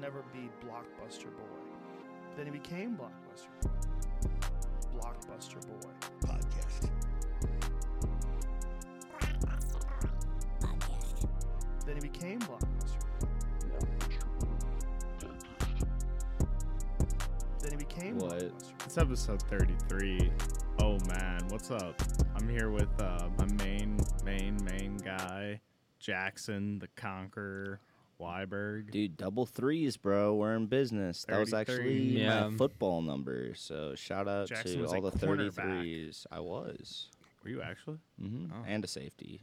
never be Blockbuster Boy. Then he became Blockbuster Boy. Blockbuster Boy. podcast. Then he became Blockbuster Boy. Then he became What? Blockbuster Boy. It's episode 33. Oh man, what's up? I'm here with uh, my main, main, main guy, Jackson the Conqueror, Weiberg. Dude, double threes, bro. We're in business. That was 33. actually Yeah. my football number. So shout out Jackson to was all a the cornerback. 33s. I was. Were you actually? hmm Oh. And a safety.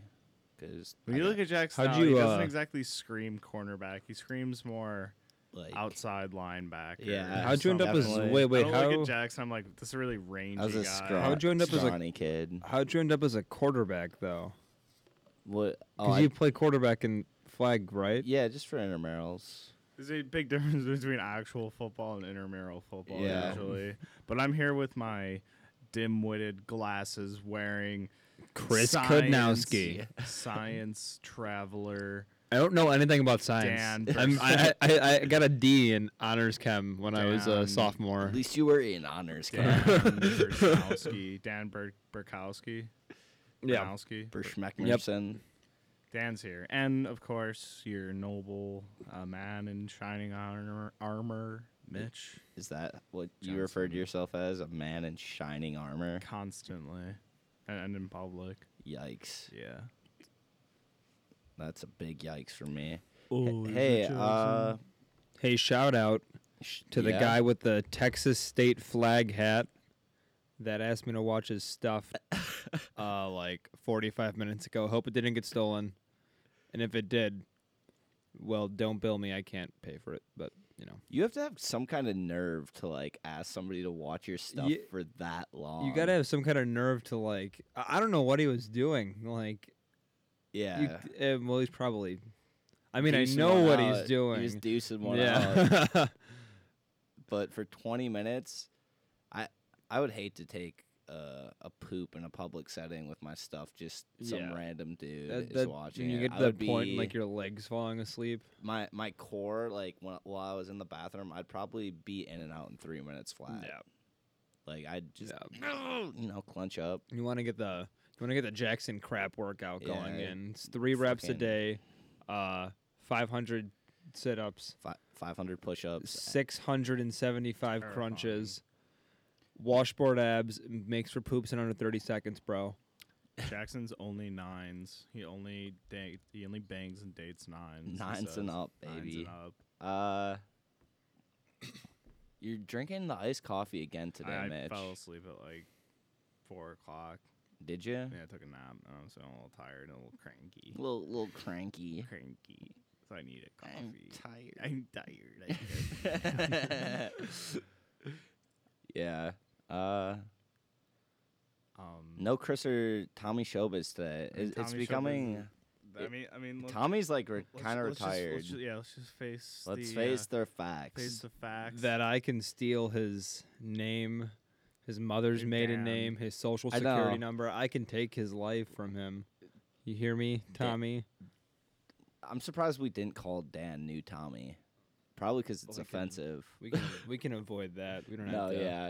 Because When you look at Jackson, How'd now, he you, doesn't uh, exactly scream cornerback. He screams more like, outside linebacker. Yeah, or How'd you end up as something. Definitely. wait I wait don't how look at Jackson. I'm like this is a really rangy I was a guy. scrawny, How'd you end up as a- scrawny kid. how'd you end up as a quarterback though? What? Oh, Because I- you play quarterback in flag, right? yeah, just for intramurals. There's a big difference between actual football and intramural football, Yeah. usually. But I'm here with my dim-witted glasses wearing Chris science- Kudnowski. science traveler. I don't know anything about science. Dan I'm, I, I, I- I got a D in honors chem when I was Dan. a sophomore. At least you were in honors Dan class. Burkowski. Dan Bur- Burkowski. Yeah. Burkowski. For Schmeckmerson. Dan's here, and of course your noble uh, man in shining honor armor, Mitch. Is that what you referred to yourself as? A man in shining armor? Constantly, and, and in public. Yikes. Yeah. That's a big yikes for me. hey, uh, Hey, shout out sh- to the yeah. guy with the Texas State flag hat that asked me to watch his stuff uh, like 45 minutes ago. Hope it didn't get stolen. And if it did, well, don't bill me. I can't pay for it. But, you know, You have to have some kind of nerve to like ask somebody to watch your stuff Ye- for that long. you got to have some kind of nerve to like, I I don't know what he was doing. Like, you, yeah. uh, well, he's probably, I mean, Deucing I know one what out. he's You doing. Just deucing one out. yeah. But for 20 minutes, I I would hate to take uh, a poop in a public setting with my stuff. Just some Yeah. random dude That- is that- watching. when you it. get I to that would point, be- like your legs falling asleep. my my core like when while I was in the bathroom, I'd probably be in and out in three minutes flat. Like I'd just you know clench up. You want to get the you want to get the Jackson crap workout going Yeah, in. It's three reps a fucking- day, uh, 500 sit-ups, Five hundred push-ups. 675 Terrifying. crunches, washboard abs, m- makes for poops in under 30 seconds, bro. Jackson's only nines. He only date, he only bangs and dates nines. he Nines and says. up, Nines baby. and up. Uh, you're drinking the iced coffee again today, I, I Mitch. fell asleep at like four o'clock. Did you? Yeah, I took a nap. and I was feeling a little tired and a little cranky. Little little cranky. Cranky. So I needed I'm coffee. tired. I'm tired. I need a- yeah. Uh, um, no Chris or Tommy Showbiz today. I mean, It, Tommy it's Shope becoming isn't- I mean, I mean, look, Tommy's like re- let's- kind of let's just- let's retired. ju- yeah, let's just face. Let's the, face uh, their facts. face the facts. That I can steal his name, his mother's Hey, maiden Dan. name, his social I security know. number. I can take his life from him. You hear me, Tommy? I'm surprised we didn't call Dan new Tommy. Probably because it's we can- offensive. We can we can avoid that. We don't No, have to. yeah,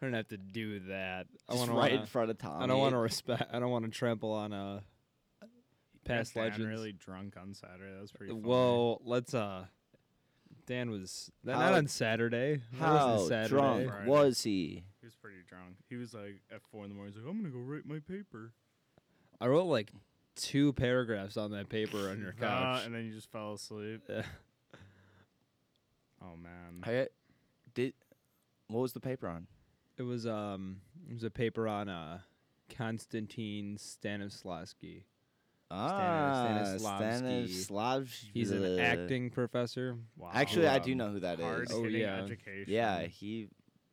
I don't have to do that. I just want right to. in front of Tommy. I don't want to respect. I don't want to trample on uh, Yeah, past Dan legends. Really drunk on Saturday. That was pretty. Funny. well, let's. uh Dan was that not How- on Saturday. That wasn't How Saturday. drunk Friday. was he? he was pretty drunk. He was like at four in the morning. He's like, I'm gonna go write my paper. I wrote like two paragraphs on that paper on your Uh, couch. and then you just fell asleep. Yeah. Oh man. I did. What was the paper on? it was um, it was a paper on uh, Konstantin Stanislavski. Ah, Stanislavski. Stanislavski. He's an acting professor. Wow. Actually, I do Um, know who that Hard is. Oh, hitting yeah. education. Yeah, he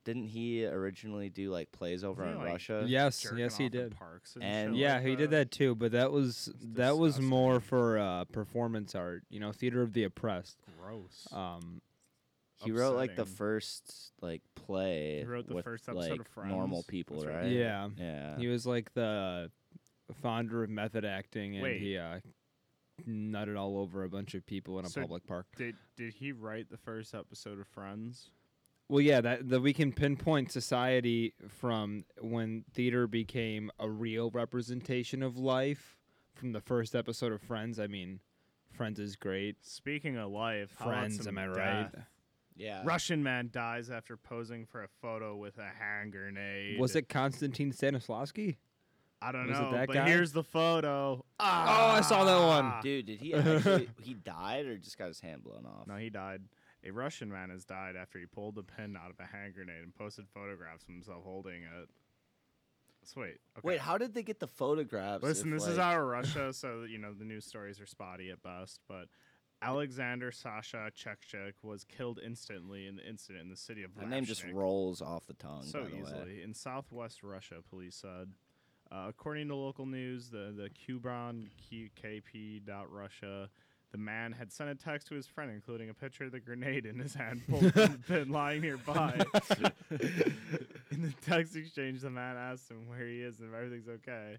didn't he originally do like plays over Wasn't in he, like, Russia. Yeah. Yes, jerking yes, he off in did. Parks and, And- shit yeah, like he did that too, but that was That's that was more disgusting. for uh, performance art. You know, theater of the oppressed. Gross. Um, he wrote like the upsetting. first like play. He wrote the with, first episode like, of Friends. Normal people, That's right. right? yeah. Yeah. He was like the founder of method acting, and Wait. he uh, nutted all over a bunch of people in a So- public park. Did did he write the first episode of Friends? Well, yeah, that, that we can pinpoint society from when theater became a real representation of life. From the first episode of Friends, I mean, Friends is great. Speaking of life, how about Friends, some am I right? death? Yeah. Russian man dies after posing for a photo with a hand grenade. Was it Konstantin Stanislavski? I don't was it know. that but guy? here's the photo. Oh, I saw that one. Ah! Dude, did he actually, he died or just got his hand blown off? No, he died. A Russian man has died after he pulled a pin out of a hand grenade and posted photographs of himself holding it. Sweet. Okay. Wait, how did they get the photographs? Listen, if, this is like- our Russia, so you know the news stories are spotty at best. But Alexander Sasha Chekchik was killed instantly in the incident in the city of. That name just Vlachnik. rolls off the tongue. so by the Way. easily in southwest Russia, police said. Uh, according to local news, the the Cubron QKP dot Russia, the man had sent a text to his friend, including a picture of the grenade in his hand, pulled from the bin lying nearby. in the text exchange, the man asked him where he is and if everything's okay.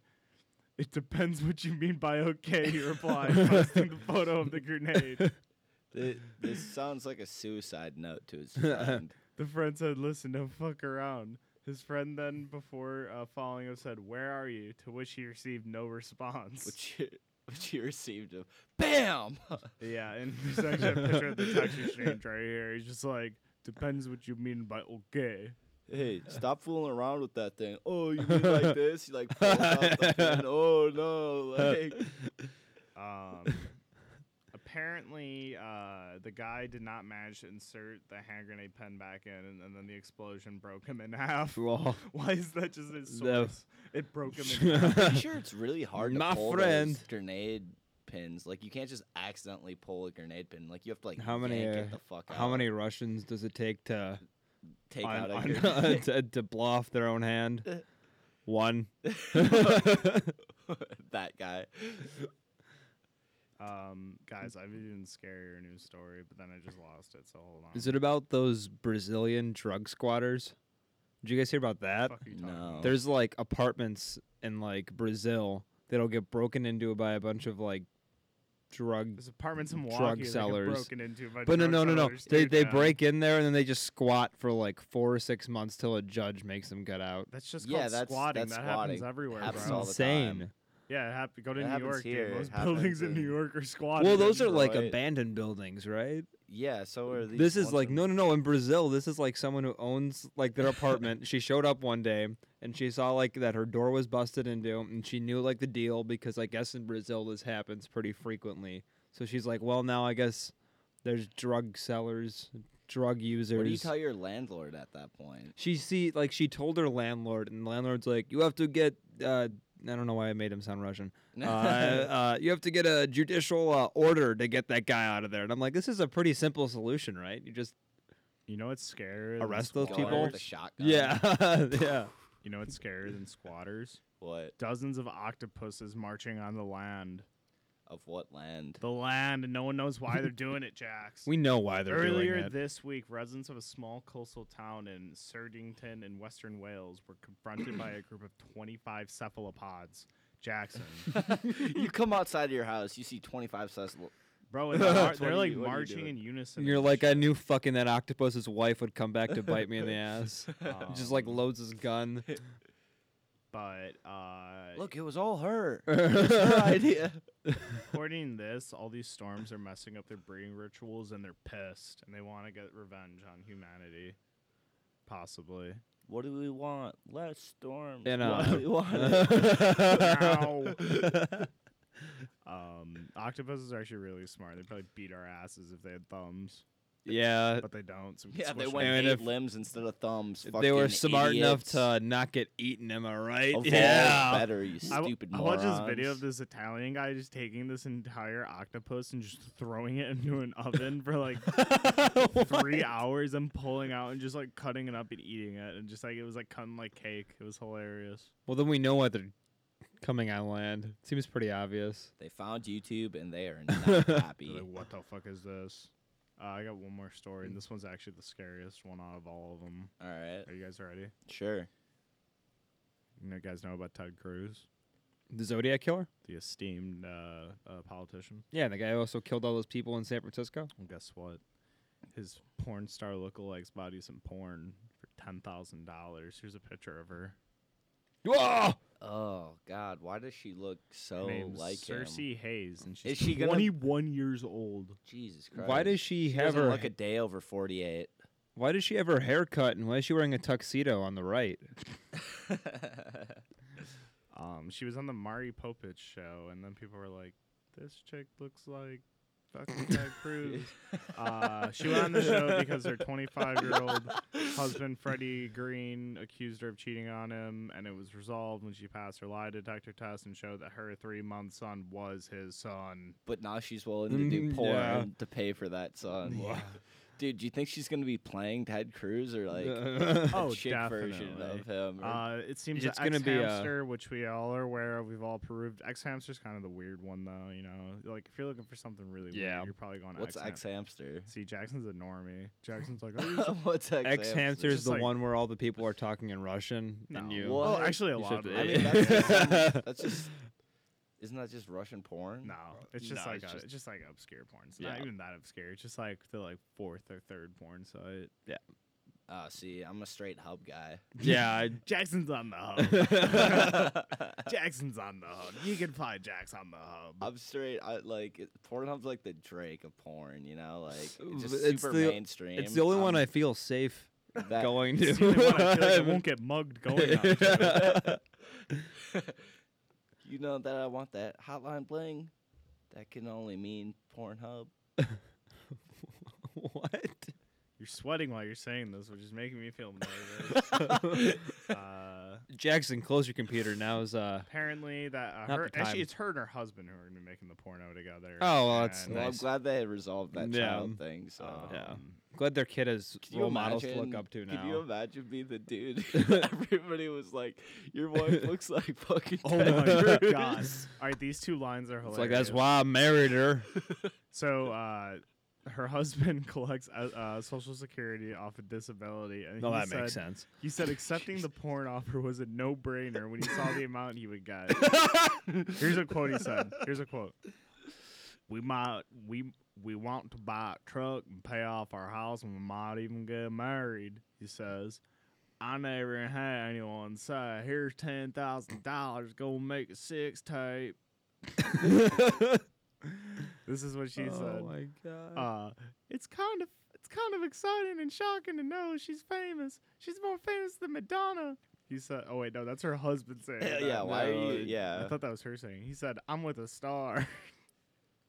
It depends what you mean by okay, he replied, posting the photo of the grenade. Th- this sounds like a suicide note to his friend. The friend said, "Listen, don't fuck around." His friend then, before uh, following up, said, "Where are you?" To which he received no response. which you, which you received him. Bam! yeah, and there's actually a picture of the text exchange right here. He's just like, "Depends what you mean by okay." hey, stop fooling around with that thing. Oh, you mean like this? You like pulls out the pin. Oh no! Like Um, apparently, uh, the guy did not manage to insert the hand grenade pen back in, and, and then the explosion broke him in half. Well, Why is that just his No. source? It broke him in half. I'm sure it's really hard to My pull friend. those grenade pins. Like you can't just accidentally pull a grenade pin. Like you have to like How many, yank it uh, the fuck how out, many Russians does it take to take on- out a on- grenade. to, to blow off their own hand? One. that guy. Um, guys, I've even scarier news story, but then I just lost it. So hold on. Is it about those Brazilian drug squatters? Did you guys hear about that? Fuck are you talking No. about? There's like apartments in like Brazil that'll get broken into by a bunch of like drug. There's apartments in Milwaukee Drug that get sellers. broken into by But no, drug no, no, no. sellers, They dude, they man. break in there and then they just squat for like four or six months till a judge makes them get out. That's just Yeah, called that's- squatting. that's that happens squatting. everywhere, Happens bro. all the Insane. time. yeah, it hap- go to It New happens York, here, it dude. Most happens buildings in in- New York are squatting. Well, those are like Right. abandoned buildings, right? Yeah. So are these. This is ones like in- no, no, no. In Brazil, this is like someone who owns like their apartment. she showed up one day and she saw like that her door was busted into, and she knew like the deal because I guess in Brazil this happens pretty frequently. So she's like, well, now I guess there's drug sellers, drug users. What do you tell your landlord at that point? she see like she told her landlord, and the landlord's like, you have to get. Uh, I don't know why I made him sound Russian. Uh, uh, you have to get a judicial uh, order to get that guy out of there. And I'm like, this is a pretty simple solution, right? You just You know what's scarier? than Arrest those Kill him people? squatters? with a shotgun. Yeah, yeah. You know what's scarier than squatters? What Dozens of octopuses marching on the land. of what land? The land, and no one knows why they're doing it, Jax. We know why they're Earlier doing it. this week, residents of a small coastal town in Serdington in western Wales were confronted by a group of 25 cephalopods. Jackson, you come outside of your house, you see 25 sus. bro, and they're, mar- What they're are like you- what are you marching doing? in unison. And you're and like, I shit. knew fucking that octopus's wife would come back to bite me in the ass. uh, Just like Um, loads his gun. but uh, Look, it was all her. It was her idea. according to this, all these storms are messing up their breeding rituals, and they're pissed, and they want to get revenge on humanity, possibly. What do we want? Less storms. And, What uh, do we want? Ow. um, octopuses are actually really smart. They probably beat our asses if they had thumbs. Yeah. but they don't. So we yeah, can they squish went them. And eight if- limbs instead of thumbs. They were fucking smart idiots. enough to not get eaten, am I right? Evolve yeah. better, you I, w- stupid I morons. watched this video of this Italian guy just taking this entire octopus and just throwing it into an oven for like three hours and pulling out and just like cutting it up and eating it and just like it was like cutting like cake. It was hilarious. Well, then we know why they're coming on land. Seems pretty obvious. They found YouTube and they are not happy. They're Like, what the fuck is this? Uh, I got one more story, and this one's actually the scariest one out of all of them. All right, Are you guys ready? sure. You know, guys know about Ted Cruz. The Zodiac Killer? the esteemed uh, uh, politician. Yeah, the guy who also killed all those people in San Francisco. And guess what? His porn star lookalikes bought you some porn for ten thousand dollars. Here's a picture of her. Whoa! Oh God, why does she look so Her name's Oh, like him? Cersei Hayes, and she's Is she gonna- 21 years old. Jesus Christ. Why does she, she have doesn't her? look a day over forty-eight? why does she have her haircut? And why is she wearing a tuxedo on the right? Um, she was on the Mari Popich show, and then people were like, "This chick looks like fucking Ted Cruz." uh, she went on the show because her 25 year old husband Freddie Green accused her of cheating on him, and it was resolved when she passed her lie detector test and showed that her three month son was his son. but now she's willing to do Mm, porn yeah. to pay for that son. Dude, do you think she's gonna be playing Ted Cruz or like a Oh, chick version definitely. of him? or- Uh, it seems It's that gonna be, uh, X-Hamster, which we all are aware of, we've all proved. X-Hamster's kind of the weird one, though. You know, like if you're looking for something really Yeah. weird, you're probably going. what's X-Ham- X hamster? See, Jackson's a normie. Jackson's like, oh, you're so-" what's X X hamster? Hamster Just is the like- one where all the people are talking in Russian, and No. you. What? well, Well, actually, a you lot. Of should- it. I it- mean, that's just, that's just isn't that just Russian porn? no, it's just No, like it's a, just- it's just like obscure porn. It's not Yeah. even that obscure. It's just like the like fourth or third porn site. Oh, see, I'm a straight hub guy. yeah, I, Jackson's on the hub. Jackson's on the hub. You can find Jax on the hub. I'm straight. I like it- Pornhub's like the Drake of porn. You know, like it's just It's super the- mainstream. it's the only Um, one I I'm feel safe uh, that- going to. It's the only one I feel like I won't get mugged going on. to. You know that I want that hotline bling. That can only mean Pornhub. what? You're sweating while you're saying this, which is making me feel nervous. uh, Jackson, close your computer. Now is uh. apparently, that uh, Not her the time. actually it's her and her husband who are gonna be making the porno together. Oh, well, that's and, Well, I'm Nice. glad they had resolved that Yeah. Oh, child thing. So. um, Yeah. Glad their kid has Can you role models to look imagine- up to Can you now. imagine being the dude? Everybody was like, "Your wife looks like fucking." Oh my god! All right, these two lines are hilarious. It's like that's why I married her. So, uh, her husband collects uh, uh, social security off of disability. And No, he that makes said- sense. He said accepting the porn offer was a no-brainer when he saw the amount he would get. Here's a quote he said. Here's a quote. We might we we want to buy a truck and pay off our house and we might even get married, he says. I never had anyone say, here's ten thousand dollars, go make a sex tape. This is what Oh, she said Oh my god. uh, it's kind of it's kind of exciting and shocking to know she's famous. She's more famous than Madonna. He said, "Oh wait, no, that's her husband saying." Yeah, that. yeah, why are No, you? it- I Yeah, thought that was her saying. He said, "I'm with a star."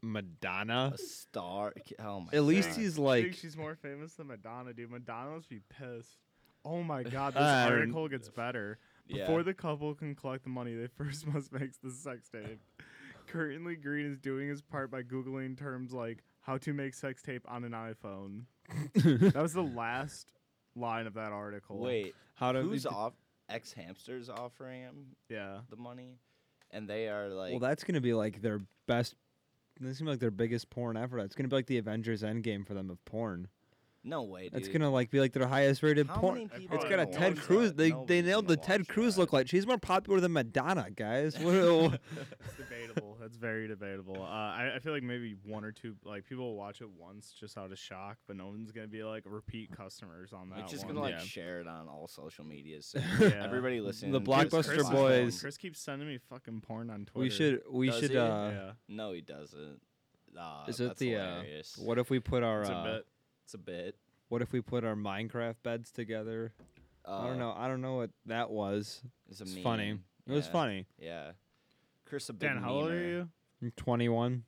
Madonna. a star. Oh my. At least God. he's I think like she's more famous than Madonna, dude. Madonna must be pissed. Oh my god, this I don't- article gets better. Yeah. Before the couple can collect the money, they first must make the sex tape. Currently, Green is doing his part by Googling terms like how to make sex tape on an iPhone. that was the last line of that article. Wait, how to. who's off? Ex hamsters offering him Yeah. the money, and they are like, Well, that's gonna be like their best. This gonna be like their biggest porn ever. It's gonna be like the Avengers Endgame for them of porn. "No way, dude." It's gonna like be like their highest rated How porn. many It's people It's are got a gonna Ted watch Cruz. that? They Nobody's they nailed gonna the Ted watch Cruz that. look like. She's more popular than Madonna, guys. What- It's debatable. That's very debatable. Uh, I, I feel like maybe one or two, like people will watch it once just out of shock, but no one's gonna be like repeat customers on that. It's just one. gonna like Yeah. share it on all social medias. So Yeah. Everybody listening. The to this Blockbuster is Chris, fine. Boys. Chris keeps sending me fucking porn on Twitter. we should we Does should. he? uh yeah. No, he doesn't. Nah, Is it that's the uh, hilarious. what if we put our It's a uh, bit. It's a bit. what if we put our Minecraft beds together? Uh, I don't know. I don't know what that was. It's, a It's funny. meme. It was Yeah. funny. Yeah. Chris, a big Dan, how old are memer. you? I'm 21.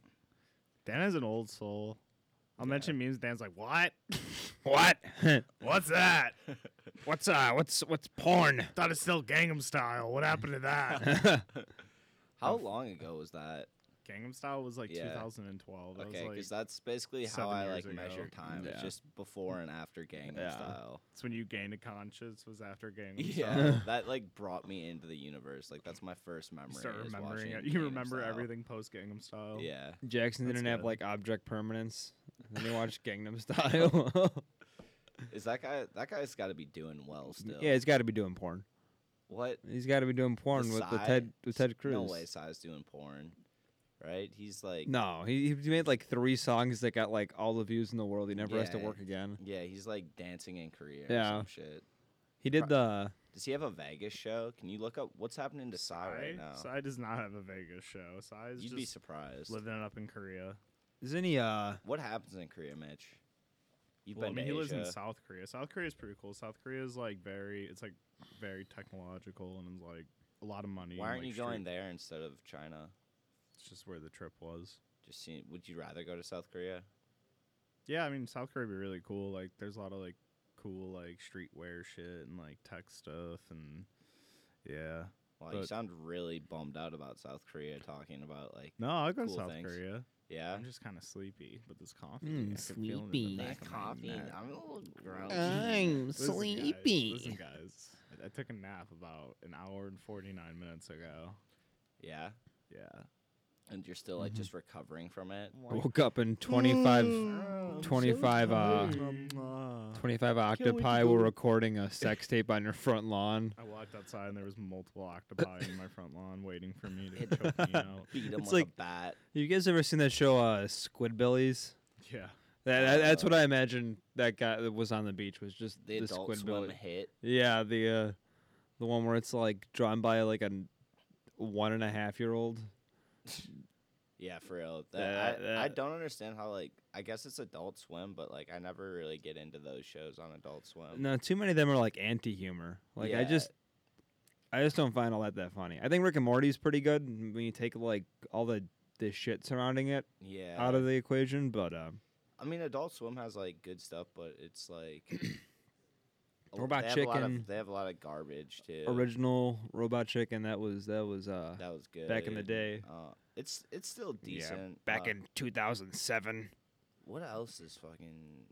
Dan is an old soul. I'll mention memes. Dan's like, what? What? What's that? what's uh what's what's porn? Thought it's still Gangnam Style. What happened to that? How long ago was that? Gangnam Style was like Yeah. 2012. That Okay, was like, because that's basically how seven I years like measure ago. time. It's Yeah. just before and after Gangnam Yeah. Style. It's when you gained a conscience was after Gangnam Style. Yeah, that like brought me into the universe. Like that's my first memory. You start is remembering it. watching You Gangnam remember Style. everything post Gangnam Style. Yeah. Jackson That's didn't have good. like object permanence. And then he watched Gangnam Style. Is that guy? That guy's got to be doing well still. yeah, he's got to be doing porn. What? He's got to be doing porn The with, with Psy- Ted with Ted Cruz. No way, Sai's doing porn, right? He's like, No, he, he made like three songs that got like all the views in the world. He never has to Yeah. work again. yeah, he's like dancing in Korea Yeah. or some shit. He did the Does he have a Vegas show? Can you look up what's happening to Sai right now? Sai does not have a Vegas show. Sai is You'd be just surprised. living it up in Korea. isn't he uh What happens in Korea, Mitch? You've Well, I been mean, he to lives in Asia. South Korea. South Korea is pretty cool. South Korea is like very, it's like very technological and like a lot of money. Why and, aren't you like, going street- there instead of China? It's just where the trip was. Just see, would you rather go to South Korea? Yeah, I mean, South Korea would be really cool. Like, there's a lot of like cool like streetwear shit and like tech stuff and yeah. Well, you But- sound really bummed out about South Korea talking about like, No, I'll go Cool to South things. Korea. yeah, I'm just kind of sleepy, but this coffee. Mm, I can feel it in the sleepy. back of my neck. I'm a little gross. I'm Listen, Guys, listen, guys. I- I took a nap about an hour and 49 minutes ago. yeah, Yeah. and you're still Mm-hmm. like just recovering from it. Woke up and 25, Mm. 25 uh, 25 octopi were recording a sex tape on your front lawn. I walked outside and there was multiple octopi in my front lawn waiting for me to choke me out. Beat him It's with a like- bat. You guys ever seen that show uh Squidbillies? Yeah. That, that- that's Uh, what I imagine that guy that was on the beach was just The, the adult swim Squidbillies. hit. Yeah, the uh, the one where it's like drawn by like a n- one and a half year old. Yeah, for real. That, That- I, I that- don't understand how like I guess it's Adult Swim, but like I never really get into those shows on Adult Swim. No, too many of them are like anti humor. Like I Oh. Yeah. just, I just don't find all that that funny. I think Rick and Morty's pretty good n- when you take like all the the shit surrounding it Yeah, out of the equation. But um, I mean, Adult Swim has like good stuff, but it's like a- What about they have a lot of- chicken? they have a lot of garbage too. original Robot Chicken that was that was uh that was good back in the day. Uh, it's it's still decent. back Uh, in two thousand seven. what else is fucking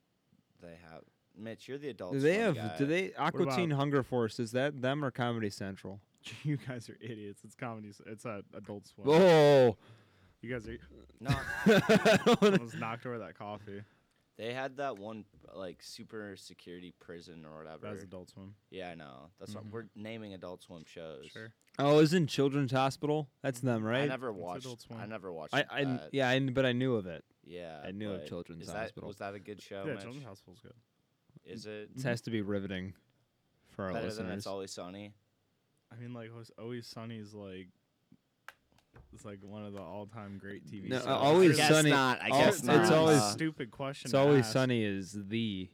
they have? Mitch, you're the Adult. Do they have? Swim guy. Do they Aqua about- Teen Hunger Force? Is that them or Comedy Central? You guys are idiots. It's comedy. s- It's uh, adult swim. Oh, You guys are No, almost knocked over that coffee. they had that one like super security prison or whatever. That was adult swim. Yeah, I know. That's Mm-hmm. what we're naming Adult Swim shows. Sure. oh, isn't Children's Hospital? That's them, right? I never watched. Adult Swim. I never watched. I, I that. yeah, I, kn- but I knew of it. yeah. I knew of but Children's is that- Hospital. Was that a good show? yeah, Mitch? Children's Hospital's good. Is it This has to be riveting for our better than listeners. It's Always Sunny? I mean, like, Always- Always Sunny's like, it's like one of the all-time great TV No, shows. uh, Always guess Sunny. not, I al- guess not. It's a always Uh, stupid question. it's to always ask. sunny is the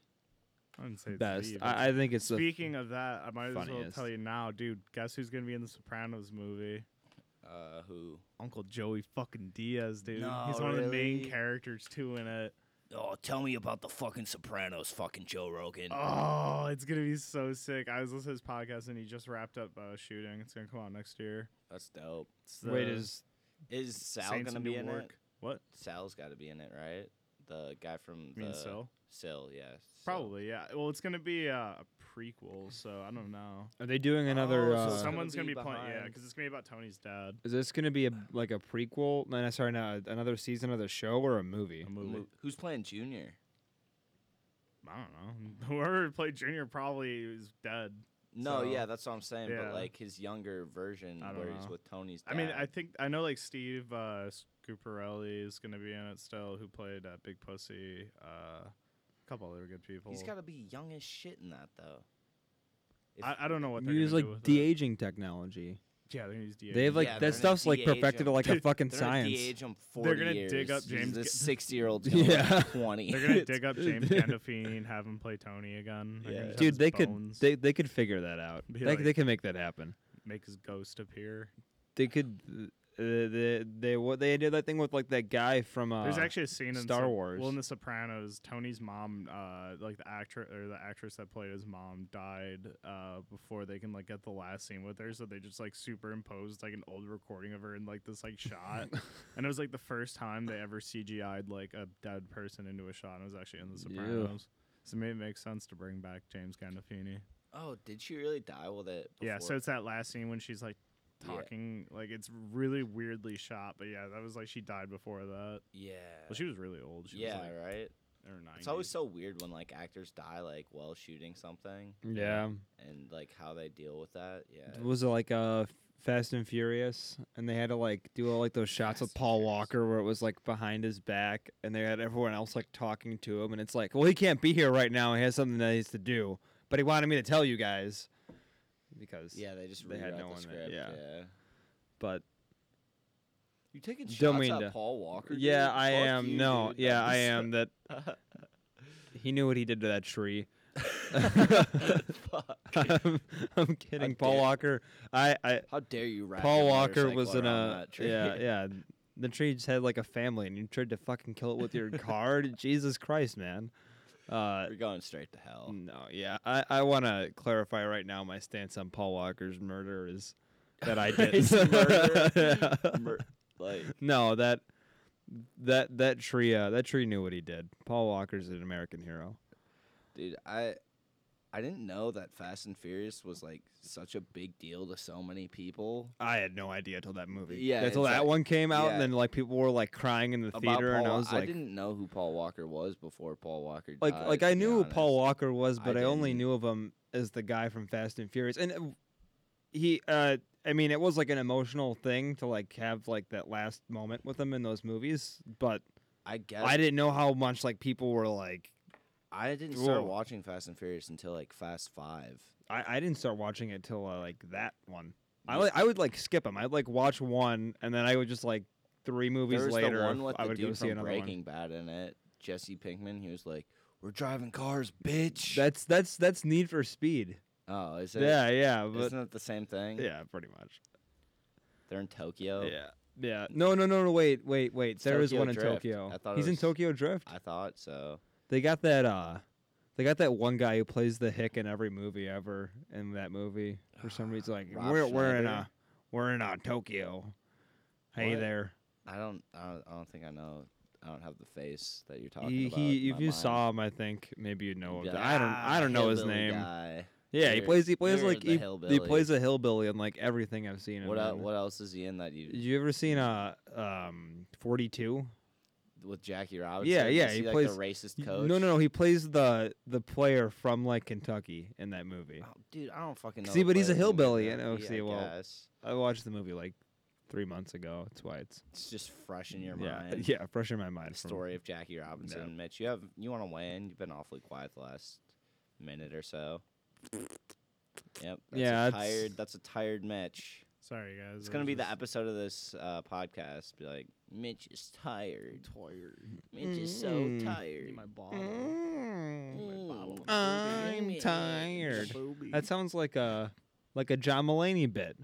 I wouldn't say it's best. the I, I think it's the Speaking of that, I might as well funniest. tell you now, dude. Guess who's gonna be in the Sopranos movie? Uh, who? Uncle Joey fucking Diaz, dude. He's No, one of the main really? characters too in it. Oh, tell me about the fucking Sopranos, fucking Joe Rogan. Oh, it's gonna be so sick. I was listening to his podcast and he just wrapped up uh, shooting. It's gonna come out next year. That's dope. It's the wait is Is Sal Saints gonna of be New in York. it? What? Sal's got to be in it, right? The guy from You mean the Sil? Sil, yeah. Sil. Probably, yeah. Well, it's gonna be uh, a prequel, so I don't know. are they doing another? Oh, so uh, some- Someone's gonna be be, playing, yeah, behind. because it's gonna be about Tony's dad. is this going to be a like a prequel? No, no, sorry, no, another season of the show or a movie? A Mo- movie. Who's playing Junior? I don't know. Whoever played Junior probably is dead. No, So- yeah, that's what I'm saying. yeah. But like his younger version, I don't where he's know. with Tony's. Dad. I mean, I think I know like Steve uh, Scuparelli is gonna be in it still, who played uh, Big Pussy. Uh, a couple other good people. he's got to be young as shit in that though. If- I, I don't know what they're Use gonna like do with de it. aging technology. Yeah, they're gonna use DH. They have like Yeah, they're that gonna stuff's like de-age perfected him. like a fucking they're gonna science. de-age him 40 They're gonna years. dig up James This Ca- sixty-year-old's gonna look Yeah. twenty. They're gonna dig up James Gandolfini, have him play Tony again. They're gonna Yeah. just have Dude, his they bones, could they, they could figure that out. Be They, like- they can make that happen. make his ghost appear. They could uh, they they what they did that thing with like that guy from uh There's actually a scene in Star Sop- Wars. Well, in The Sopranos, Tony's mom, uh, like the actress or the actress that played his mom, died uh, before they can like get the last scene with her. So they just like superimposed like an old recording of her in like this like shot, and it was like the first time they ever CGI'd like a dead person into a shot. And it was actually in The Yeah. Sopranos. So maybe it makes sense to bring back James Gandolfini. Oh, did she really die with it? Yeah, so before? it's that last scene when she's like Yeah. talking, like it's really weirdly shot. But yeah, that was like she died before that. yeah. Well, she was really old. She yeah, was like right. or 90. It's always so weird when like actors die like while shooting something Yeah. and like how they deal with that. Yeah. Was it like uh Fast and Furious, and they had to like do all like those shots with Fast and Paul Furious. Walker where it was like behind his back, and they had everyone else like talking to him, and it's like, well, he can't be here right now. He has something that he has to do, but he wanted me to tell you guys because Yeah, they just They had rewrote no the one that- script. yeah. yeah. But You taking Don't shots mean at to- Paul Walker? yeah, dude? I Fuck am. you, no, dude. yeah, I'm I so- am. That he knew what he did to that tree. Fuck. I'm, I'm kidding, Paul dare- Walker. I, I How dare you ride Paul your Walker motorcycle was in around a that tree? yeah yeah. The tree just had like a family, and you tried to fucking kill it with your car. Jesus Christ, man. Uh, We're going straight to hell. no, yeah. I, I want to clarify right now my stance on Paul Walker's murder is that I did. His murder. Mur- like no, that that that tree uh, that tree knew what he did. Paul Walker's an American hero. Dude, I I didn't know that Fast and Furious was like such a big deal to so many people. I had no idea till that movie. Yeah, until it's that like- one came out, yeah. and then like people were like crying in the About theater, and I Paul- was like, didn't know who Paul Walker was before Paul Walker. like died, like Uh, to I be knew who Paul honest. Walker was, I but I, only didn't. knew of him as the guy from Fast and Furious, and uh, he. uh I mean, it was like an emotional thing to like have like that last moment with him in those movies, but I guess I didn't know how much like people were like. I didn't start Whoa. watching Fast and Furious until like Fast Five. I, I didn't start watching it till uh, like that one. I Yeah. like I would like skip them. I'd like watch one, and then I would just like three movies there was later. the one with I the would dude go see from another Breaking one. Bad in it, Jesse Pinkman. He was like, "We're driving cars, bitch." That's that's that's Need for Speed. oh, is it? Yeah, yeah, but Isn't it the same thing? yeah, pretty much. They're in Tokyo. Yeah. Yeah. No, no, no, no. Wait, wait, wait. There is Tokyo one in Drift. Tokyo. I thought it He's in was- Tokyo Drift. I thought so. They got that. Uh, they got that one guy who plays the hick in every movie ever in that movie. For some reason, like Rob we're we're in Schneider? uh we're in uh, Tokyo. Hey What? there. I don't. I don't, I don't think I know. I don't have the face that you're talking He, about. he in if my you mind. saw him, I think maybe you'd know. You'd Of be that. like, I don't. "Ah, I don't know his hillbilly name. guy." Yeah, he You're- plays. He plays you're like the he, he hillbilly. plays a hillbilly in like everything I've seen. him What el- in. what else is he in that you Did you ever seen uh um forty two? with Jackie Robinson? yeah, Is he he, like plays- the racist Y- coach. No, no, no. He plays the the player from like Kentucky in that movie. Oh, dude, I don't fucking know. See, the but he's a player's name hillbilly, in you know, that. Yeah, see, I well- guess. I watched the movie like three months ago. That's why it's it's just fresh in your yeah, mind. yeah, fresh in my the mind. from- story of Jackie Robinson. Mitch, you have you want to weigh in? You've been awfully quiet the last minute or so. Yep. That's Yeah, A it's- tired. That's a tired Mitch. Sorry, guys. It's I gonna was be the just- episode of this uh, podcast. Be like, Mitch is tired. Tired. Mitch is so Mm. tired. Mm. My bottle. Mm. bottle of I'm tired. That sounds like a like a John Mulaney bit.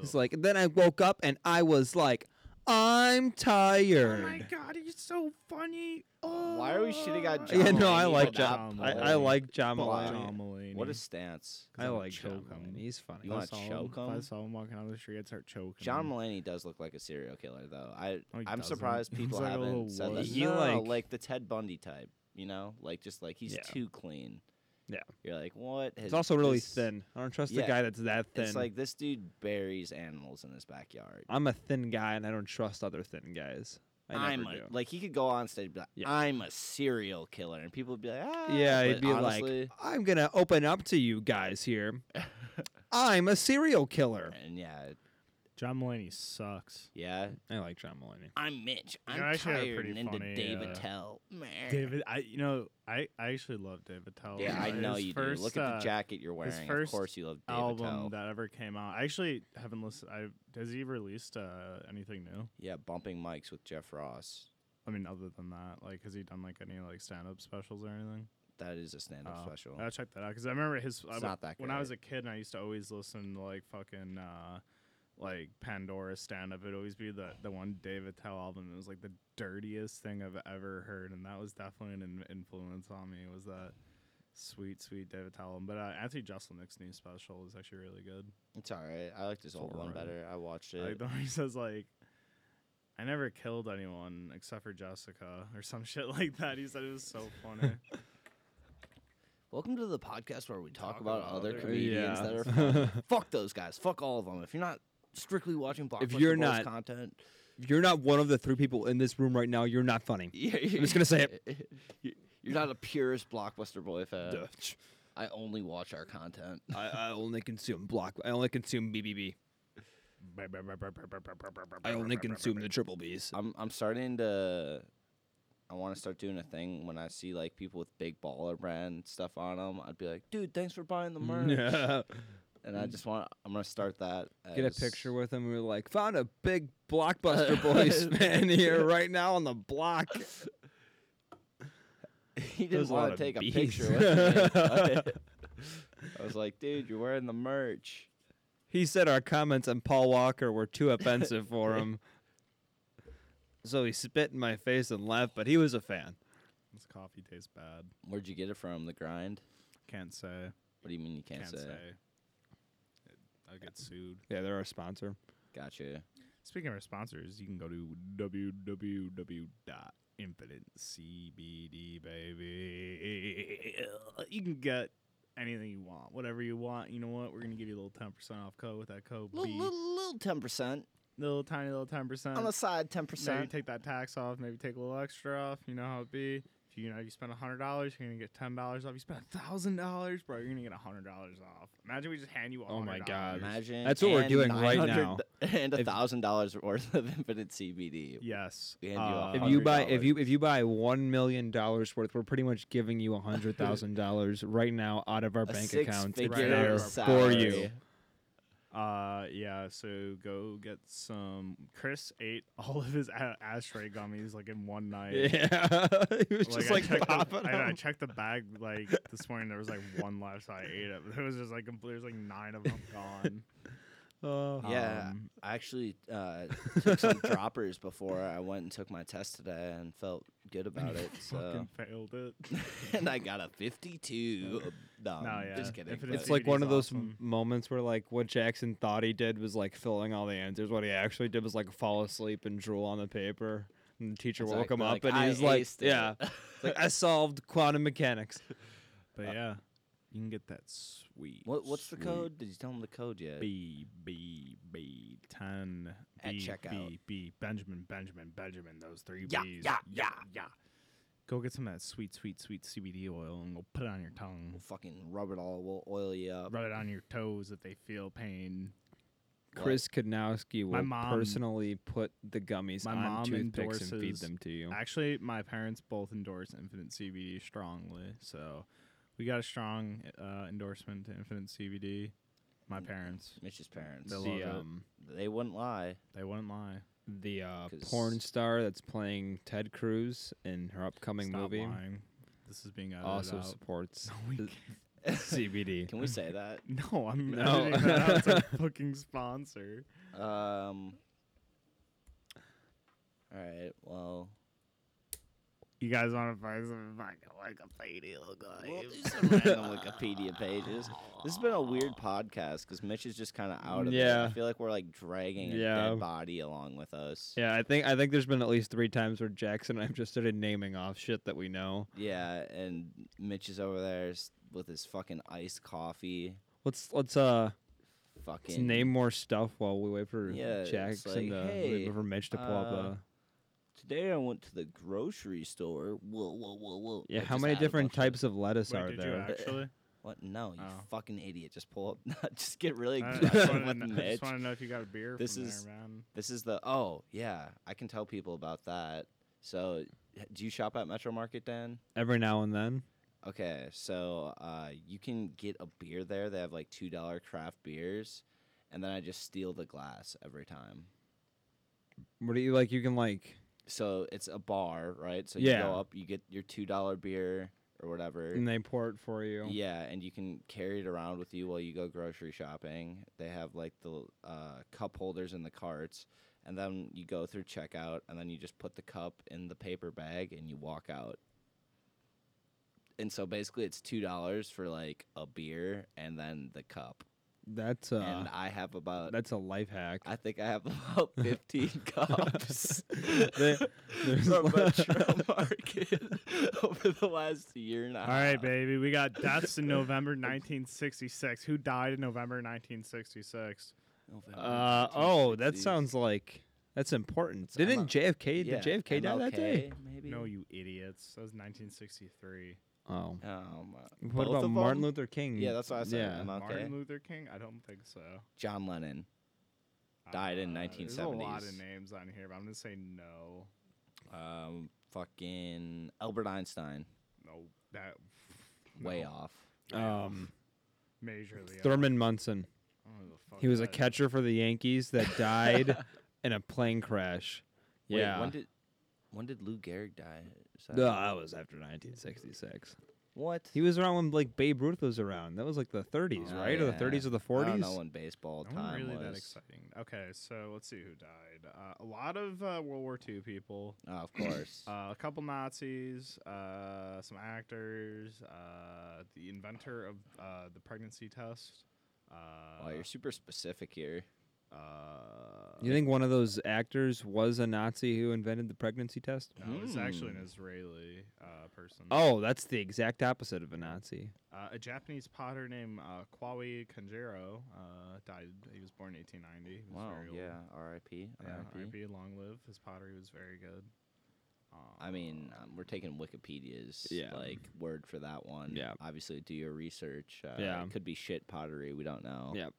It's Oh. like then I woke up and I was like, I'm Oh tired. my god, he's so funny. Oh. Why are we shitting on John? yeah, no, I Mulaney like without John. I, I Mulaney? like John Why? Mulaney. What a stance. I I'll like John choke him. Mulaney. He's funny. You wanna If I saw choke If I him? saw him walking down the street, I'd start choking. John him. Mulaney does look like a serial killer, though. I No, he I'm doesn't. surprised He's people like a haven't little said wuss. that. He no, no, no, like- like the Ted Bundy type, you know, like just like he's Yeah. too clean. Yeah. you're like what? It's also really this- thin. I don't trust yeah, a guy that's that thin. It's like this dude buries animals in his backyard. I'm a thin guy and I don't trust other thin guys. I am never a, do. like he could go on stage, and be like, Yeah. I'm a serial killer, and people would be like, ah, yeah, but it'd be honestly- like, I'm gonna open up to you guys here. I'm a serial killer. and yeah, John Mulaney sucks. yeah, I like John Mulaney. I'm Mitch. I'm know, I actually had a tired pretty and into funny, Dave uh, Attell. Meh. David, I you know I, I actually love David Tell. Yeah, I know you do. Look at the jacket you're wearing. uh, first of course, you love Dave album Attell. that ever came out. I actually haven't listened. I has he released uh, anything new? Yeah, bumping mics with Jeff Ross. I mean, other than that, like has he done like any like stand up specials or anything? That is a stand-up Oh, special. I'll check that out because I remember his. It's I, w- not that when I was a kid, and I used to always listen to like fucking uh, like Pandora stand up. It'd always be the the one David Tell album. It was like the dirtiest thing I've ever heard, and that was definitely an in- influence on me. Was that sweet, sweet David Tell album? But uh, Anthony Jeselnik's new special is actually really good. It's all right. I liked his old one alright. better. I watched Like it. the one he says like. I never killed anyone except for Jessica or some shit like that. He said it was so funny. Welcome to the podcast where we talk, Talk about, about other other- comedians Yeah. that are funny. fuck those guys. Fuck all of them. If you're not strictly watching blockbuster If you're not- Bros content, If you're not one of the three people in this room right now, you're not funny. I'm just gonna say it. You're not a purist blockbuster boy fan. Duh. I only watch our content. I, I only consume block. I only consume BBB. I only consume the triple Bs. I'm I'm starting to. I want to start doing a thing when I see like people with big baller brand stuff on them. I'd be like, dude, thanks for buying the merch. And I just want. I'm gonna start that. Get a as- picture with him. We were like, found a big blockbuster boys man here right now on the block. he There's didn't a lot want to of take a bees. picture with me. I was like, dude, you're wearing the merch. He said our comments on Paul Walker were too offensive for him. So he spit in my face and left, but he was a fan. This coffee tastes bad. Where'd you get it from? The grind? Can't say. What do you mean you can't, Can't say? say. I get sued. Yeah, they're our sponsor. Gotcha. Speaking of our sponsors, you can go to www.infinitecbd, baby. You can get anything you want, whatever you want. You know what? We're gonna give you a little ten percent off code with that code Little, B. little, little ten percent Little tiny little ten percent. on the side, ten Maybe percent. take that tax off. Maybe take a little extra off. You know how it be. If you, you know you spend hundred dollars, you're gonna get ten dollars off. You spend thousand dollars, bro, you're gonna get hundred dollars off. Imagine we just hand you. Oh my $100. God. Imagine That's what we're and doing right 900 now. And a If- thousand dollars worth of infinite CBD. Yes. Uh, We hand If you a you $100. buy if you if you buy one million dollars worth, we're pretty much giving you a hundred thousand dollars right now out of our A bank six account figure right there for you. salary. Uh yeah, so go get some. Chris ate all of his a- ashtray gummies like in one night. Yeah, he was just I like checked the- popping I, I them. checked the bag like this morning. There was like one left, so I ate it. But it was just like complete. There's like nine of them gone. Oh. Yeah, Um, I actually uh, took some droppers before I went and took my test today and felt good about it. So, Fucking failed it. and I got a 52. No, No, yeah. just kidding. Infinite but- It's like one of those CBD's awesome. moments where like what Jackson thought he did was like filling all the answers. What he actually did was like fall asleep and drool on the paper. And the teacher It's woke like- him they're up like, and "I he's like, aced it." "Yeah, It's like I solved quantum mechanics." But yeah, you can get that sweet. Uh, What, what's the sweet code? Did you tell them the code yet? B B B ten At B, checkout. B B Benjamin Benjamin Benjamin. Those three Yeah, B's. yeah, yeah. Go get some of that sweet, sweet, sweet CBD oil and go put it on your tongue. We'll fucking rub it all. We'll oil you up. Rub it on your toes if they feel pain. What? Chris Kodnowski My will mom- personally put the gummies My on mom toothpicks and feed endorses- them to you. Actually, my parents both endorse Infinite CBD strongly, so we got a strong uh, endorsement to Infinite CBD. My parents, Mitch's parents. uh, I love the it. um, They wouldn't lie. they wouldn't lie. the uh, 'Cause- porn star that's playing Ted Cruz in her upcoming Stop movie lying. This is being edited also out. supports we the CBD. Can we say that? No, I'm No. editing that out. It's our fucking sponsor. Um. All right. Well. You guys want to find some fucking Wikipedia oh guy? We'll do some random Wikipedia pages. This has been a weird podcast because Mitch is just kind of out of it. Yeah. I feel like we're like dragging a Yeah. dead body along with us. Yeah, I think I think there's been at least three times where Jackson and I've just started naming off shit that we know. Yeah, and Mitch is over there s- with his fucking iced coffee. Let's let's uh Fucking let's name more stuff while we wait for Yeah, it's Jackson like, to hey, for Mitch to pull up. uh, Uh, Today I went to the grocery store. Whoa, whoa, whoa, whoa. yeah, I how just many added a different bunch of- types of lettuce Wait, are did you there? actually? What? No, you Oh. fucking idiot. Just pull up. just get really I, I just aggressive wanted to with kn- I Mitch. just want to know if you got a beer This from is- there, man. This is the. Oh, yeah. I can tell people about that. So, h- do you shop at Metro Market, Dan? Every now and then. Okay, so uh, you can get a beer there. They have like two dollar craft beers, and then I just steal the glass every time. What do you like? You can like So it's a bar, right? So you Yeah. go up, you get your two dollar beer or whatever. and they pour it for you. Yeah, and you can carry it around with you while you go grocery shopping. They have like the uh, cup holders in the carts, and then you go through checkout, and then you just put the cup in the paper bag and you walk out. And so basically, it's two dollars for like a beer and then the cup, That's uh and I have about. that's a life hack. I think I have about 15 cups They- there's from li- Metro Market over the last year and a half. All right, baby. We got deaths in November 1966. Who died in November 1966? uh oh, that Uh, oh, sounds like That's important. It's Didn't ML JFK? yeah, Did JFK die that day? MLK, Maybe. No, you idiots. That was 1963. Oh. Um, uh, What both about of Martin 'em? Luther King? Yeah, that's what I said. Yeah. MLK. Martin Luther King? I don't think so. John Lennon. Died in Uh, There's a lot of 1970s. names on here, but I'm gonna say no. Um, fucking Albert Einstein. No, that Way no. off. Um, Majorly. off. Thurman Munson. I don't know who the fuck He was a that is. catcher for the Yankees that died in a plane crash. Yeah. Wait, when did when did Lou Gehrig die? Is that- No, that was after 1966. What? He was around when like Babe Ruth was around. That was like the 30s, Oh, right, or the yeah. 30s or the I 40s. don't know when baseball No one time really was. that exciting. Okay, so let's see who died. Uh, a lot of uh, World War II people. Oh, of course. Uh, a couple Nazis, uh, some actors, uh, the inventor of uh, the pregnancy test. Uh, wow, you're super specific here. uh, you think one of those actors was a Nazi who invented the pregnancy test? no, it's actually an Hmm. Israeli uh, person. Oh, that's the exact opposite of a Nazi. Uh, a Japanese potter named uh, Kwawi Kanjiro uh, died. He was born in 1890. He was Wow. very old. Yeah. R.I.P. Yeah, R.I.P. R.I.P. Long live. His pottery was very good. I mean, um, we're taking Wikipedia's Yeah. like word for that one. Yeah. Obviously, do your research. Uh, Yeah. It could be shit pottery. We don't know. Yeah.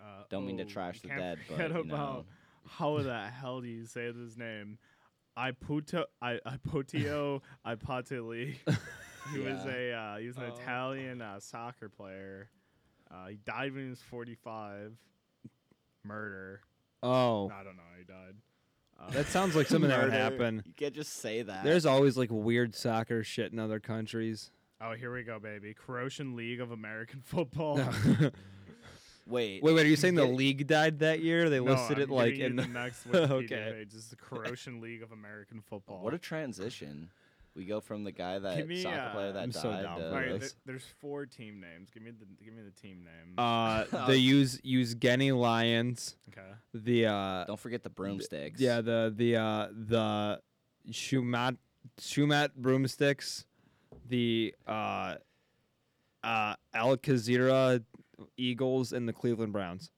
Uh, Don't mean to oh, trash the you can't dead, but, forget you about know. how the hell do you say this name? Iputo, I, Ipotio Ipotili. He was Yeah. a uh, he was an Oh. Italian uh, soccer player. Uh, he died when he was 45. Murder. Oh, I don't know. how He died. Uh, that sounds like something that would Murder. happen. You can't just say that. There's always like weird soccer shit in other countries. oh, here we go, baby. Croatian League of American Football. Oh. wait, wait. wait, are you saying the Get- league died that year? They No, listed I'm it like giving you in the the next Wikipedia Okay. page. This is the Croatian League of American Football. What a transition. We go from the guy that me, soccer player uh, that I'm died so down to for All right, this. th- there's four team names. Give me the give me the team name. Uh, they use use Genny Lions. okay. The uh, Don't forget the broomsticks. yeah, the the uh, the Schumat Schumat broomsticks. The uh, uh, Al Khazira Eagles and the Cleveland Browns.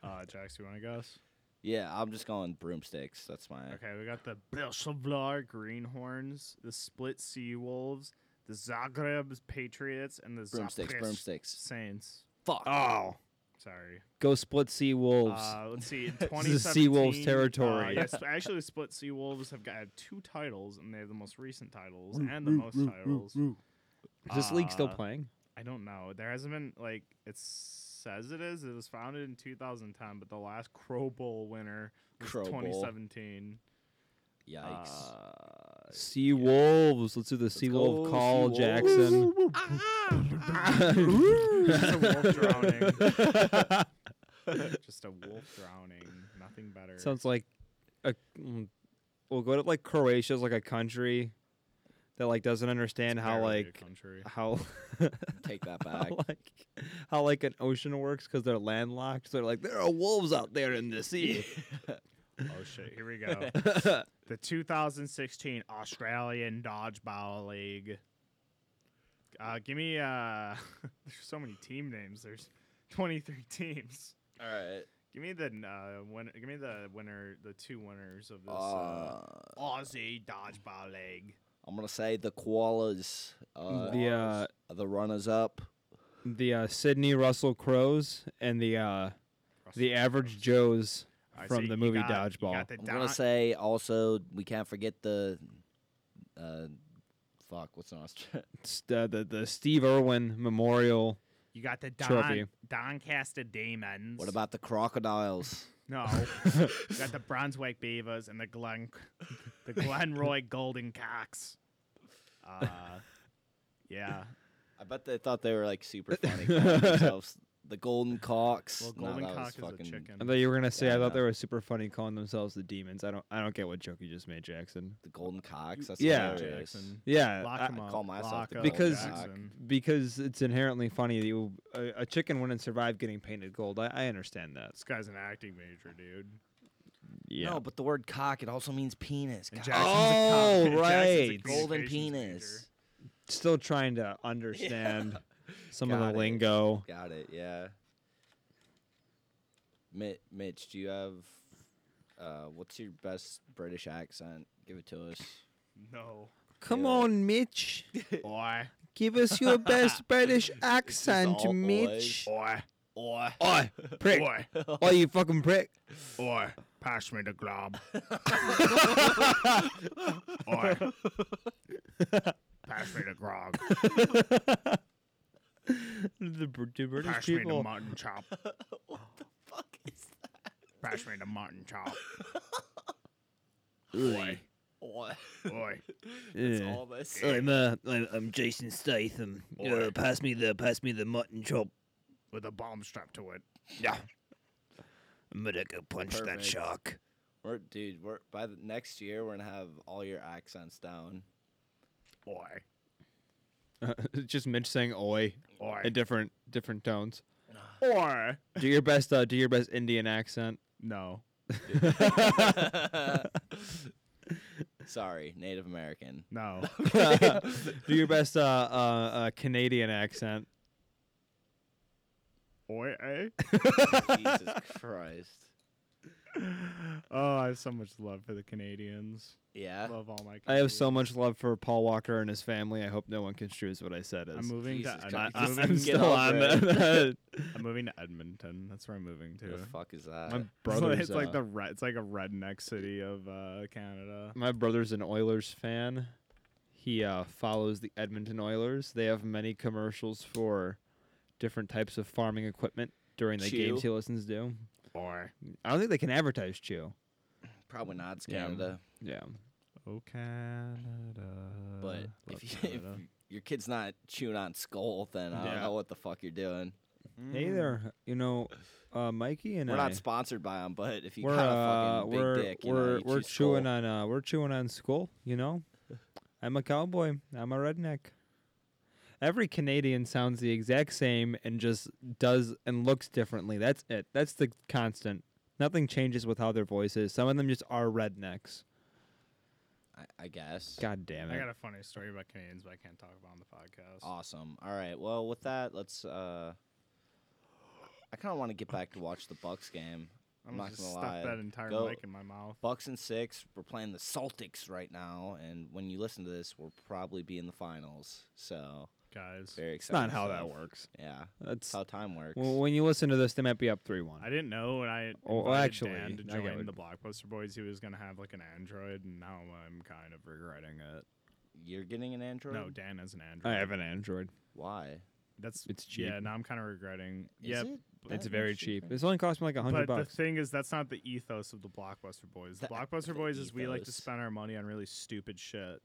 Uh, Jax, you want to guess? Yeah, I'm just going broomsticks. That's my. Okay, we got the Belshavlar Greenhorns, the Split Sea Wolves, the Zagreb Patriots, and the Broomsticks, Zaprez broomsticks. Saints. Fuck. Oh, Sorry. go split Sea Wolves. Uh, let's see. In This is Sea Wolves 2017, territory. Uh, yes, actually, the Split Sea Wolves have got have two titles, and they have the most recent titles and the most titles. Is this league still uh, playing? I don't know. There hasn't been like it says it is. It was founded in 2010, but the last Crow Bowl winner was Crow Bowl. 2017. Yikes. Uh, Sea Wolves. Let's do the Sea Wolf go, call, Sea Jackson. Ah. just a wolf drowning. Uh, just a wolf drowning. Nothing better. Sounds like a. mm, We'll go to like Croatia's like a country that like doesn't understand It's how barely a like country. how Take that back. how like how like an ocean works because they're landlocked. So they're like there are wolves out there in the sea. Oh shit! Here we go. the 2016 Australian Dodgeball League. Uh, give me. Uh, there's so many team names. There's 23 teams. All right. Give me the uh, win- Give me the winner. The two winners of this uh, Uh, Aussie Dodgeball League. I'm gonna say the koalas. Uh, the uh, are the runners up. the uh, Sydney Russell Crows and the uh, the average Joes Alright, so from you- the you movie got- you Dodgeball. got the I'm gonna Dod- say also we can't forget the. Uh, fuck. What's an Australian? It's the, the the Steve Irwin Memorial. You got the Don, Trophy. Doncaster Demons. What about the crocodiles? No. you got the Brunswick Beavers and the Glen the Glenroy Golden Cocks. Uh, yeah. I bet they thought they were like super funny. calling themselves the golden cocks. Well, No, Golden that Cock was is fucking, a I chicken. thought you were gonna say Yeah, I I thought know. they were super funny calling themselves the demons. I don't I don't get what joke you just made, Jackson. The golden cocks. That's Yeah. hilarious. Jackson. Yeah, Lock I- 'em I up. call myself Lock the up Because- Jackson. because it's inherently funny. that You a, a chicken wouldn't survive getting painted gold. I, I understand that. this guy's an acting major, dude. Yeah. No, but the word cock it also means penis. God. Jackson's Oh, a cop. Jackson's a right. golden communications major. penis. Still trying to understand some of Got the it. lingo. Got it. Yeah. Mi- Mitch, do you have Uh, what's your best British accent? Give it to us. No. Come Yeah. on, Mitch. Oi. Give us your best British accent, all Mitch. Oi. Oi. Oi, prick. Oi. Oi, you fucking prick. Oi. Pass me the glob. Oi. Pass me the grog. The, Br- do British Pass me the people. mutton chop. Fuck is Pass me the mutton chop. that? Oi. Oi. Oi. That's Yeah. all this. I'm, uh, I'm I'm Jason Statham. Uh, pass me the pass me the mutton chop. With a bomb strapped to it. I'm gonna go punch Perfect. that shark. We're, dude, we're by the next year we're gonna have all your accents down. Oi. It's just Mitch saying "oi" Oi. in different different tones. Oi. Do your best. Uh, do your best Indian accent. No. Sorry, Native American. No. do your best uh, uh, uh, Canadian accent. Oi. Eh? Jesus Christ. Oh, I have so much love for the Canadians. Yeah. Love all my. Canadians. I have so much love for Paul Walker and his family. I hope no one construes what I said as. I'm moving Jesus to. Christ. Ed- I, I'm, am moving, Get still over on it. that. I'm moving to Edmonton. That's where I'm moving to. the fuck is that? my It's like- brother's it's like uh, the red. It's like a redneck city of uh, Canada. my brother's an Oilers fan. He uh, follows the Edmonton Oilers. They have many commercials for different types of farming equipment during the games he Chew. listens to. Or I don't think they can advertise Chew. Probably not. It's Yeah. Canada. Yeah. oh Canada. But Love if, you, if Canada. your kid's not chewing on skull, then I don't Yeah. know what the fuck you're doing. Hey there, you know, uh, Mikey and Mm. We're I. not sponsored by them, but if you we're got a uh, fucking big we're dick, you know, we're you we're chew chewing skull. on uh, we're chewing on skull. You know, I'm a cowboy. I'm a redneck. Every Canadian sounds the exact same and just does and looks differently. That's it. That's the constant. Nothing changes with how their voice is. Some of them just are rednecks. I, I guess. God damn I got it. a funny story about Canadians, but I can't talk about it on the podcast. Awesome. All right. Well, with that, let's. uh I kind of want to get back to watch the Bucks game. I'm I'm not just gonna stuff lie. that entire Go- mic in my mouth. Bucks and six. We're playing the Celtics right now, and when you listen to this, we'll probably be in the finals. So Guys, very That's excited. not how that stuff. works. Yeah, That's that's how time works. well, when you listen to this, they might be up three I one. didn't know when I Oh, well, invited actually, Dan to I get join it. the Blockbuster Boys, he was gonna have like an Android, and now I'm kind of regretting it. You're getting an Android. No, Dan has an Android. I have an Android. Why? That's It's cheap. Yeah, now I'm kind of regretting. Is yeah, it? That It's much very cheap. cheaper? It's only cost me like a but hundred bucks. the thing is, that's not the ethos of the Blockbuster Boys. The The- Blockbuster the Boys is we like to ethos. spend our money on really stupid shit.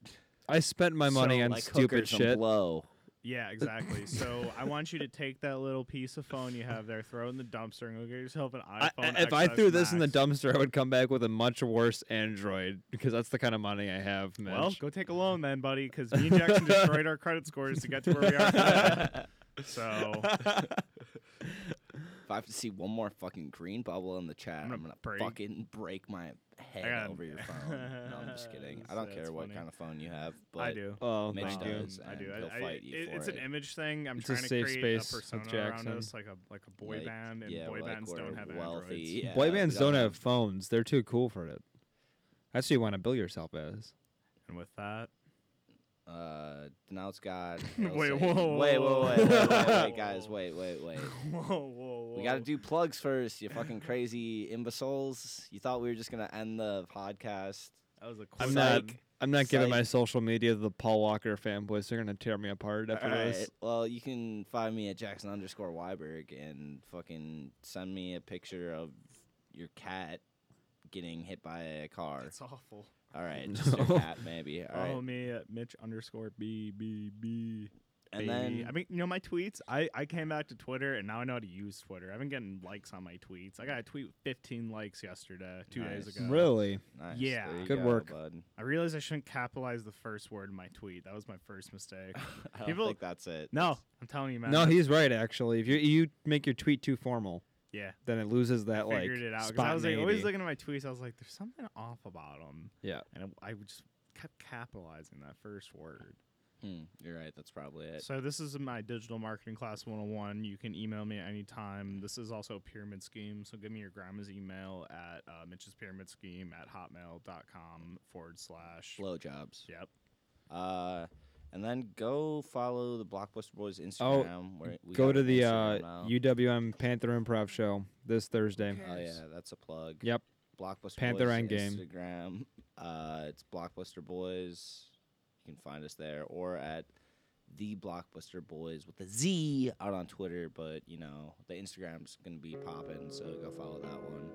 I spent my money So, on Like stupid hookers and shit. blow. Yeah, exactly. so I want you to take that little piece of phone you have there, throw it in the dumpster, and go get yourself an I, iPhone. if I XS threw this in the Max. dumpster, I would come back with a much worse Android because that's the kind of money I have, Mitch. well, go take a loan then, buddy, because me and Jackson destroyed our credit scores to get to where we are today. So If I have to see one more fucking green bubble in the chat, I'm gonna gonna, break- fucking break my head gotta- over your phone. No, I'm just kidding. I don't That's care what funny. kind of phone you have, but I do. oh, Mitch thank you. does. I and do. he'll I, I- fight you it- for it's an it. image thing. I'm It's a trying to safe create space a with persona Jackson. around us, like a like a boy Like, band, and yeah, boy like bands we're don't have wealthy. androids. Yeah, Boy we bands don't don't have phones; they're too cool for it. That's what you want to bill yourself as. And with that, Uh, now it's got. Wait, it'll say- whoa, wait, whoa, whoa, wait, wait, wait, whoa. wait, guys, wait, wait, wait. whoa, whoa, whoa. We gotta do plugs first. You fucking crazy imbeciles. You thought we were just gonna end the podcast? That was a I'm quick not. one. I'm not giving Psych. my social media to the Paul Walker fanboys. They're gonna tear me apart after Alright, this. Well, you can find me at Jackson underscore Weiberg and fucking send me a picture of your cat getting hit by a car. That's awful. All right, just your No. Oh, cat maybe. All right, Follow me at Mitch underscore B B B. and baby. then I mean, you know my tweets. I I came back to Twitter and now I know how to use Twitter. I've been getting likes on my tweets. I got a tweet with 15 likes yesterday, two Nice. days ago. Really? nice, yeah. there you Good go, work. bud. I realized I shouldn't capitalize the first word in my tweet. That was my first mistake. I don't People- think that's it. no, I'm telling you, man. No, he's right. Actually, if you you make your tweet too formal, yeah. then it loses that like figured it out 'cause I was like, spontaneity. always looking at my tweets. I was like, "There's something off about them," yeah. and I, I just kept capitalizing that first word. Hmm, you're right. That's probably it. So this is my digital marketing class 101. You can email me at any time. This is also a pyramid scheme. So give me your grandma's email at uh, Mitch's pyramid scheme at hotmail.com forward slash. Blow jobs. Yep. Uh, and then go follow the Blockbuster Boys Instagram. where Oh, we Go got to an the Instagram uh, now. UWM Panther Improv Show this Thursday. Oh yeah, that's a plug. Yep. Blockbuster Panther Boys Endgame. Instagram. Uh, it's Blockbuster Boys. You can find us there or at the Blockbuster Boys with a Z out on Twitter. But you know the Instagram's gonna be popping, so go follow that one.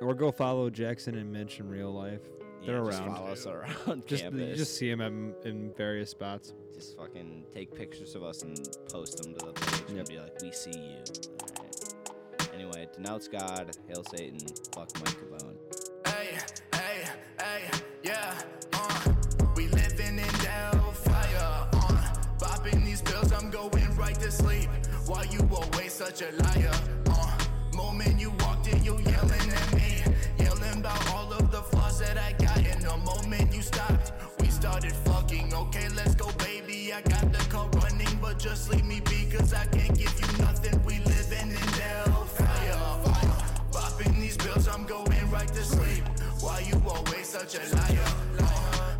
Or go follow Jackson and Mitch in real life. They're Yeah, just around. Follow us around Just you campus. just see him in, in various spots. Just fucking take pictures of us and post them to the page and Yep. be like, "We see you." All right. Anyway, denounce God, hail Satan, fuck Mike Cavone. Ay, ay, ay, yeah, uh, we living in hellfire, uh, popping these pills, I'm going right to sleep, while you always such a liar, uh, moment you walked in, you yelling at me, yelling about all of the flaws that I got, and the moment you stopped, we started fucking, okay, let's go, baby, I got the car running, but just leave me be, cause I can't give you nothing, we living in hellfire, uh, Bopping these bills, I'm going right to sleep. Why you always such a liar?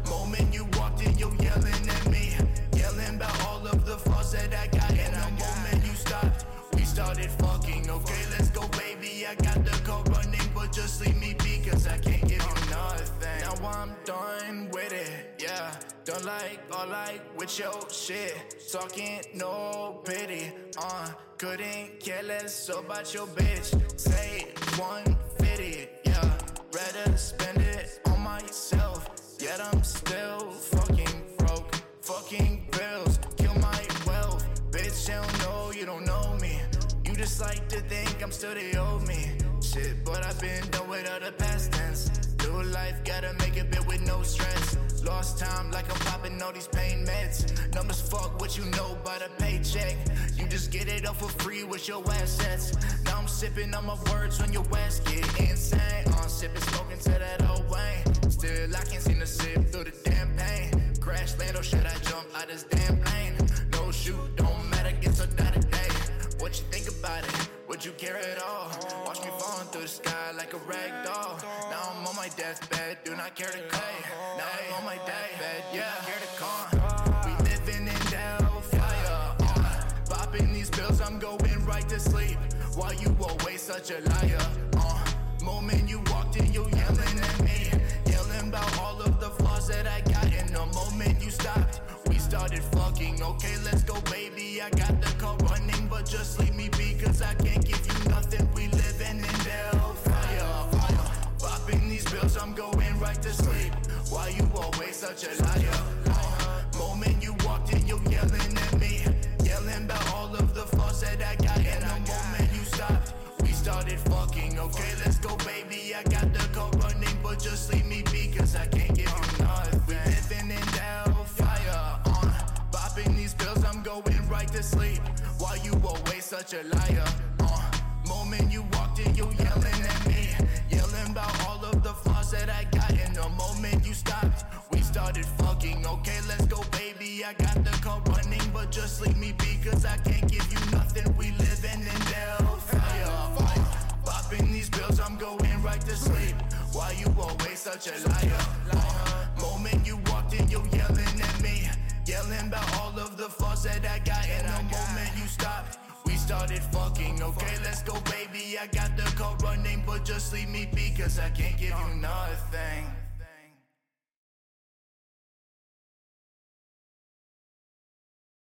Moment you walked in, you yelling at me. Yelling about all of the faults that I got. And the moment you stopped, we started fucking. Okay, let's go, baby. I got the car running, but just leave me be, cause I can't give you nothing. Now I'm done with it, yeah. Don't like, all like with your shit. Talking no pity, uh. Couldn't care less about your bitch. Say 150, yeah. Rather spend it on myself. Yet I'm still fucking broke. Fucking bills kill my wealth. Bitch, you don't know, you don't know me. You just like to think I'm still the old me. Shit, but I've been done with all the past tense. Do life, gotta make it bit with no stress. Lost time like I'm popping all these pain meds. Numbers fuck what you know by the paycheck. You just get it all for free with your assets. Now I'm sipping on my words when your ass get insane. On sipping, smoking to that old Wayne. Still, I can't seem to sip through the damn pain. Crash land or should I jump out this damn plane? No shoot, don't matter, guess I die today. What you think about it? Would you care at all? Watch me falling through the sky like a rag doll. Now I'm on my deathbed, do not care to call. Now I'm on my deathbed, yeah. Care to call. We living in hellfire. Uh, popping these pills, I'm going right to sleep. While you always such a liar. Uh, moment you walked in, you yelling at me, yelling about all of the flaws that I got. And the moment you stopped, we started fucking. Okay, let's go, baby. I got the car running, but just leave me be, cause I can't give you nothing. We living in hellfire. Uh, Popping these bills, I'm going right to sleep. Why you always such a liar? Moment you walked in, you yelling at me, yelling about all of the flaws that I got. And the moment you stopped, we started fucking. Okay, let's go, baby. I got the car running, but just leave me be, cause I can't give you nothing. We living in hellfire. Uh, bopping these pills, I'm going right to sleep. Why you always such a liar? Uh, moment you walked in, you yelling at me, yelling about all of the flaws that I got. And the moment you stopped, we started fucking. Okay, let's go, baby. I got the car running, but just leave me be, cause I can't give you nothing. We living in hellfire. Popping these pills, I'm going right to sleep. Why you always such a liar? Uh, moment you walked in, you yelling at me, yelling about all of the flaws that I got. And the moment you stopped, we started fucking. Okay, let's go, baby. I got the car running, but just leave me be, cause I can't give you nothing.